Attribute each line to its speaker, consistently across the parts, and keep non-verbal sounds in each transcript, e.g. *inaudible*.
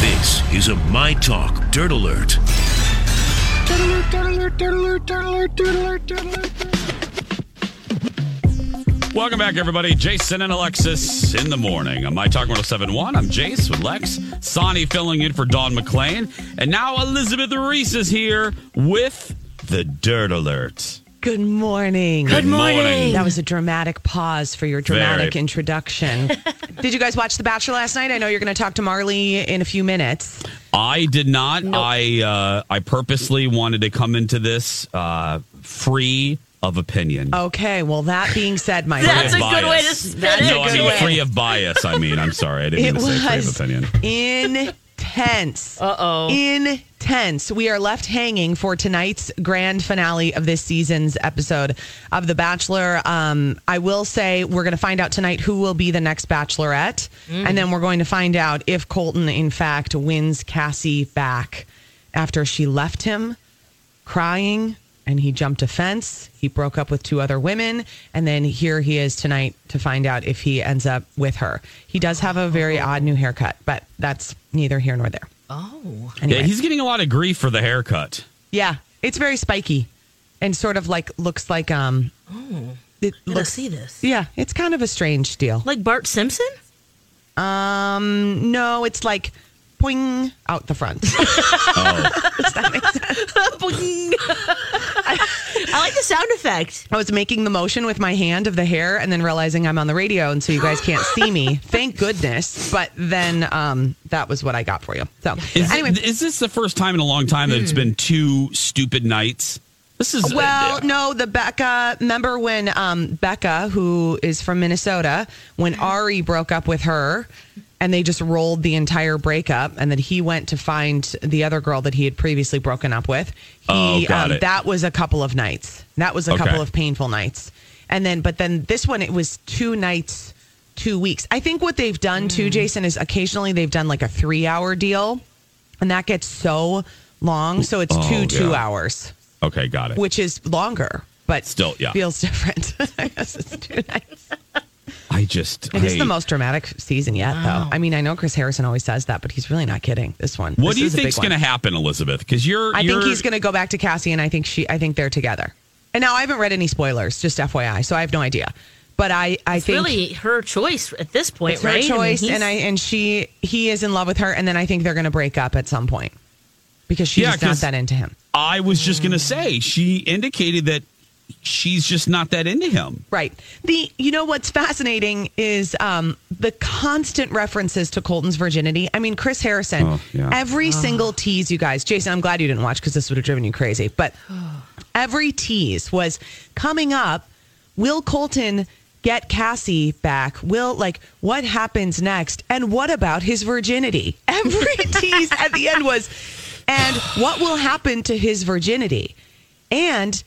Speaker 1: This is a My Talk Dirt Alert.
Speaker 2: Welcome back, everybody. Jason and Alexis in the morning. I'm My Talk 1071. I'm Jace with Lex. Sonny filling in for Dawn McClain. And now Elizabeth Reese is here with the Dirt Alert.
Speaker 3: Good morning.
Speaker 2: Good morning. morning.
Speaker 3: That was a dramatic pause for your dramatic
Speaker 2: Very.
Speaker 3: introduction. Did you guys watch The Bachelor last night? I know you're going to talk to Marley in a few minutes.
Speaker 2: I did not. I uh, I purposely wanted to come into this uh, free of opinion.
Speaker 3: Okay. Well, that being said, my
Speaker 2: Free
Speaker 4: Oh, That's
Speaker 2: of
Speaker 4: a good way to
Speaker 2: bias.
Speaker 4: spin
Speaker 3: That's
Speaker 4: it.
Speaker 2: No, I mean free of bias. I mean, I'm sorry, I didn't
Speaker 3: it
Speaker 2: mean
Speaker 4: *laughs*
Speaker 2: to say free of
Speaker 3: was
Speaker 2: opinion.
Speaker 3: intense. Uh oh. Intense. We are left hanging for tonight's grand finale of this season's episode of The Bachelor. Um, I will say we're going to find out tonight who will be the next Bachelorette, and then we're going to find out if Colton, in fact, wins Cassie back after she left him crying. And he jumped a fence. He broke up with two other women. And then here he is tonight to find out if he ends up with her. He does have a very odd new haircut, but that's neither here nor there.
Speaker 4: Oh.
Speaker 3: Anyway.
Speaker 2: Yeah, he's getting a lot of grief for the haircut.
Speaker 3: Yeah, it's very spiky and sort of like looks like um it
Speaker 4: I
Speaker 3: looks
Speaker 4: see this.
Speaker 3: yeah, it's kind of a strange deal.
Speaker 4: Like Bart Simpson?
Speaker 3: Um no, it's like poing out the front. *laughs*
Speaker 2: Oh,
Speaker 3: Does that make sense?
Speaker 4: Boing. *laughs* I like the sound effect.
Speaker 3: I was making the motion with my hand of the hair and then realizing I'm on the radio and so you guys can't see me. Thank goodness. But then um that was what I got for you. So
Speaker 2: is,
Speaker 3: anyway, Hmm.
Speaker 2: is this the first time in a long time that it's been two stupid nights? This is
Speaker 3: Well, no, the Becca. Remember when um, Becca, who is from Minnesota, when
Speaker 2: Mm-hmm.
Speaker 3: Ari broke up with her, and they just rolled the entire breakup, and then he went to find the other girl that he had previously broken up with. He, um,
Speaker 2: Oh, got it.
Speaker 3: That was a couple of nights. That was a
Speaker 2: Okay.
Speaker 3: couple of painful nights, and then but then this one it was two nights, two weeks. I think what they've done
Speaker 2: Mm.
Speaker 3: too, Jason, is occasionally they've done like a three-hour deal, and that gets so long, so it's
Speaker 2: Oh,
Speaker 3: two two
Speaker 2: yeah.
Speaker 3: hours
Speaker 2: uh, Okay, got it.
Speaker 3: which is longer, but
Speaker 2: Still, yeah.
Speaker 3: feels different. *laughs* I guess it's too nice.
Speaker 2: I just
Speaker 3: It is
Speaker 2: I-
Speaker 3: the most dramatic season yet, though. I mean, I know Chris Harrison always says that, but he's really not kidding. This one.
Speaker 2: What
Speaker 3: This
Speaker 2: do you
Speaker 3: is a
Speaker 2: think's
Speaker 3: big one.
Speaker 2: going to happen, Elizabeth? Because you're,
Speaker 3: I
Speaker 2: you're
Speaker 3: think he's going to go back to Cassie, and I think she. I think they're together. And now I haven't read any spoilers, just FYI, so I have no idea. But I, I
Speaker 4: It's
Speaker 3: think
Speaker 4: really her choice at this point,
Speaker 3: it's her
Speaker 4: right?
Speaker 3: choice,
Speaker 4: mean,
Speaker 3: and I
Speaker 4: he's-
Speaker 3: and she he is in love with her, and then I think they're going to break up at some point because she's
Speaker 2: Yeah,
Speaker 3: just not
Speaker 2: 'cause-
Speaker 3: that into him.
Speaker 2: I was just
Speaker 3: Hmm.
Speaker 2: going to say she indicated that she's just not that into him.
Speaker 3: Right. The you know what's fascinating is um, the constant references to Colton's virginity. I mean, Chris Harrison.
Speaker 2: Oh, yeah.
Speaker 3: Every single tease, you guys. Jason, I'm glad you didn't watch because this would have driven you crazy. But every tease was coming up. Will Colton get Cassie back? Will like what happens next? And what about his virginity? Every tease at the end was, and what will happen to his virginity? And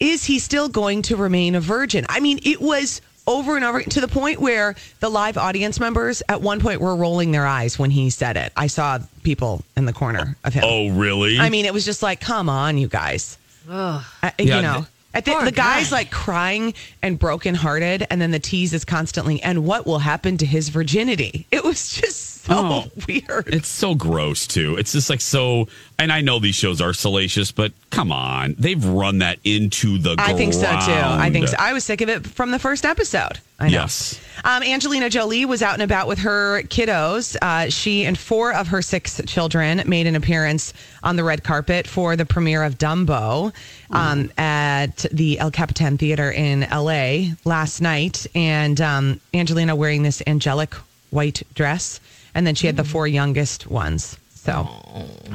Speaker 3: is he still going to remain a virgin? I mean, it was over and over to the point where the live audience members at one point were rolling their eyes when he said it. I saw people in the corner of him.
Speaker 2: Oh, really?
Speaker 3: I mean, it was just like, come on, you guys. I-
Speaker 2: Yeah,
Speaker 3: you know, at the,
Speaker 4: poor
Speaker 3: the guy's
Speaker 4: guy.
Speaker 3: like crying and brokenhearted, and then the tease is constantly, and what will happen to his virginity? It was just so
Speaker 2: Oh.
Speaker 3: *laughs* weird.
Speaker 2: it's so gross too. It's just like so. And I know these shows are salacious, but come on, they've run that into the.
Speaker 3: I think so too. I think so.
Speaker 2: ground.
Speaker 3: I was sick of it from the first episode. I know.
Speaker 2: Yes.
Speaker 3: Um, Angelina Jolie was out and about with her kiddos. Uh, she and four of her six children made an appearance on the red carpet for the premiere of Dumbo um, at the El Capitan Theater in LA last night. And um, Angelina wearing this angelic white dress. And then she had the four youngest ones. So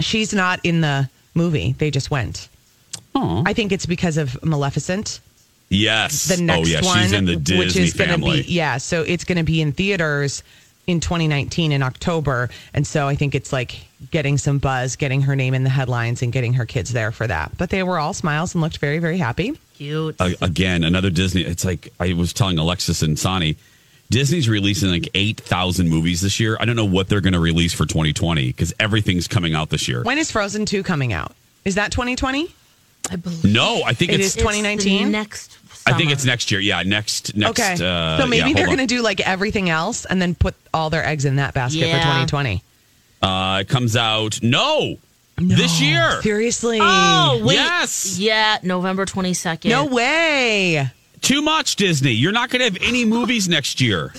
Speaker 3: she's not in the movie, they just went. I think it's because of Maleficent
Speaker 2: Yes.
Speaker 3: the next
Speaker 2: oh, yeah.
Speaker 3: one,
Speaker 2: she's in the Disney
Speaker 3: which is gonna
Speaker 2: family.
Speaker 3: be yeah. So it's going to be in theaters in 2019 in October. And so I think it's like getting some buzz, getting her name in the headlines, and getting her kids there for that. But they were all smiles and looked very, very happy.
Speaker 4: Cute.
Speaker 2: A- again, another Disney. It's like I was telling Alexis and Sonny, Disney's releasing like 8,000 movies this year. I don't know what they're going to release for 2020 because everything's coming out this year.
Speaker 3: When is Frozen 2 coming out? Is that 2020?
Speaker 4: I believe
Speaker 2: No, I think
Speaker 3: It
Speaker 2: it's.
Speaker 3: is 2019?
Speaker 4: the next.
Speaker 2: I think
Speaker 4: summer.
Speaker 2: it's next year. Yeah, next next.
Speaker 3: okay.
Speaker 2: Uh,
Speaker 3: so maybe
Speaker 2: yeah,
Speaker 3: they're
Speaker 2: hold on.
Speaker 3: going to do like everything else and then put all their eggs in that basket for
Speaker 4: Yeah.
Speaker 3: 2020.
Speaker 2: Uh, it comes out no, this year.
Speaker 3: Seriously.
Speaker 4: Oh wait.
Speaker 2: Yes.
Speaker 4: Yeah, November twenty second.
Speaker 3: No way.
Speaker 2: Too much Disney. You're not going to have any movies next
Speaker 3: *laughs*
Speaker 2: year.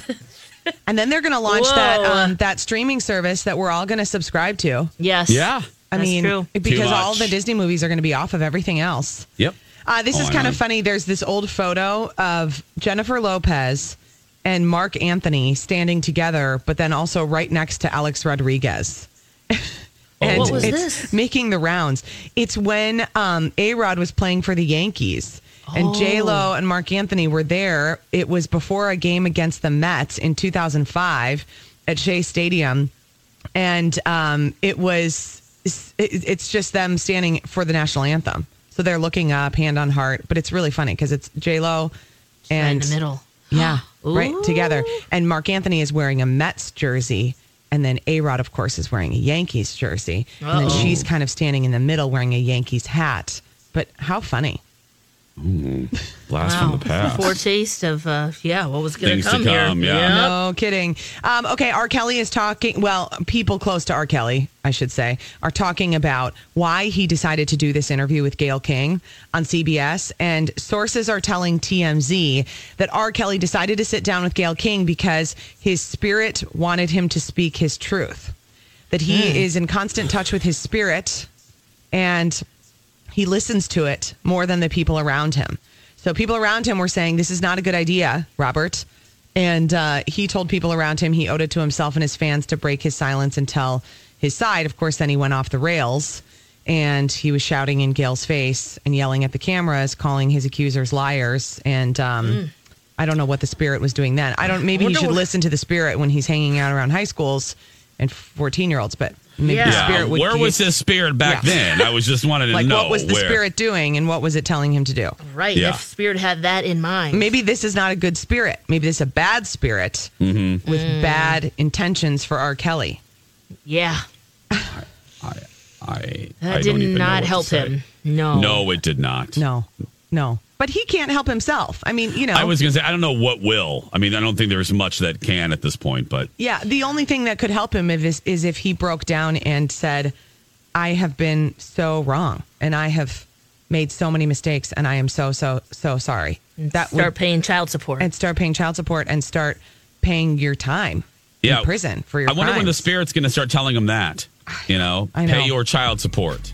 Speaker 3: And then they're going to launch that
Speaker 4: Whoa.
Speaker 3: um, that streaming service that we're all going to subscribe to.
Speaker 4: Yes.
Speaker 2: Yeah.
Speaker 3: I
Speaker 4: That's
Speaker 3: mean,
Speaker 4: true.
Speaker 2: Too
Speaker 3: because
Speaker 2: much.
Speaker 3: all the Disney movies are going to be off of everything else.
Speaker 2: Yep.
Speaker 3: Uh, this
Speaker 2: Oh,
Speaker 3: is
Speaker 2: I
Speaker 3: kind
Speaker 2: know.
Speaker 3: of funny. There's this old photo of Jennifer Lopez and Mark Anthony standing together, but then also right next to Alex Rodriguez.
Speaker 2: Oh.
Speaker 3: and
Speaker 4: What was
Speaker 3: it's
Speaker 4: this?
Speaker 3: making the rounds. It's when um, A Rod was playing for the Yankees. And
Speaker 2: Oh.
Speaker 3: J Lo and Mark Anthony were there. It was before a game against the Mets in 2005 at Shea Stadium, and um, it was it- it's just them standing for the national anthem. So they're looking up, hand on heart. But it's really funny because it's J Lo
Speaker 4: Right
Speaker 3: and
Speaker 4: in the middle.
Speaker 3: yeah, right
Speaker 4: Ooh.
Speaker 3: together. And Mark Anthony is wearing a Mets jersey. And then A Rod, of course, is wearing a Yankees jersey. And then
Speaker 4: Uh-oh.
Speaker 3: she's kind of standing in the middle wearing a Yankees hat. But how funny.
Speaker 2: Blast
Speaker 4: Wow.
Speaker 2: from the past.
Speaker 4: Foretaste of uh, yeah, what was going
Speaker 2: Things to
Speaker 4: come here.
Speaker 2: come, yeah.
Speaker 4: Yep.
Speaker 3: No kidding. Um, okay, R. Kelly is talking. Well, people close to R. Kelly, I should say, are talking about why he decided to do this interview with Gail King on CBS. And sources are telling TMZ that R. Kelly decided to sit down with Gail King because his spirit wanted him to speak his truth, that he is in constant touch with his spirit and he listens to it more than the people around him. So people around him were saying, This is not a good idea, Robert. And uh, he told people around him he owed it to himself and his fans to break his silence and tell his side. Of course, then he went off the rails and he was shouting in Gail's face and yelling at the cameras, calling his accusers liars. And um, I don't know what the spirit was doing then. I don't, maybe he
Speaker 4: Mm. wonder
Speaker 3: should
Speaker 4: what-
Speaker 3: listen to the spirit when he's hanging out around high schools and 14 year olds, but maybe the
Speaker 4: Yeah.
Speaker 3: spirit would
Speaker 2: where was
Speaker 3: give-
Speaker 2: his spirit back
Speaker 3: Yeah.
Speaker 2: then? I was just wanted to
Speaker 3: like
Speaker 2: know
Speaker 3: what was the
Speaker 2: where.
Speaker 3: spirit doing and what was it telling him to do
Speaker 4: Right.
Speaker 2: Yeah.
Speaker 4: If Spirit had that in mind.
Speaker 3: maybe this is not a good spirit maybe this is a bad spirit
Speaker 2: Mm-hmm.
Speaker 3: with
Speaker 4: Mm.
Speaker 3: bad intentions for r kelly
Speaker 4: Yeah.
Speaker 2: I, I
Speaker 4: That
Speaker 2: don't
Speaker 4: did
Speaker 2: even know what
Speaker 4: not
Speaker 2: to
Speaker 4: help
Speaker 2: say.
Speaker 4: him. No.
Speaker 2: No, it did not.
Speaker 3: no no but he can't help himself i mean you know
Speaker 2: I was gonna say I don't know what will. I mean, I don't think there's much that can at this point, but
Speaker 3: yeah the only thing that could help him if is, is if he broke down and said i have been so wrong and i have made so many mistakes and i am so so so sorry that
Speaker 4: Start
Speaker 3: would,
Speaker 4: paying child support.
Speaker 3: and start paying child support and start paying your time
Speaker 2: yeah,
Speaker 3: in prison for your
Speaker 2: I wonder when the
Speaker 3: crimes.
Speaker 2: spirit's gonna start telling him that. You know,
Speaker 3: I know.
Speaker 2: pay your child support.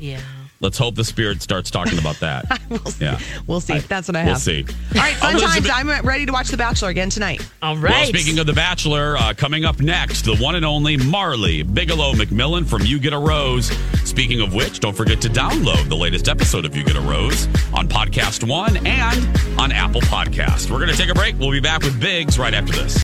Speaker 4: yeah.
Speaker 2: Let's hope the spirit starts talking about that.
Speaker 3: *laughs* We'll see.
Speaker 2: Yeah.
Speaker 3: We'll see. That's what I have.
Speaker 2: we'll see.
Speaker 3: All right, fun
Speaker 2: Elizabeth-
Speaker 3: times. I'm ready to watch The Bachelor again tonight.
Speaker 4: All right.
Speaker 2: Well, speaking of The Bachelor, uh, coming up next, the one and only Marley Bigelow McMillan from You Get a Rose. Speaking of which, don't forget to download the latest episode of You Get a Rose on Podcast One and on Apple Podcast. We're going to take a break. We'll be back with Biggs right after this.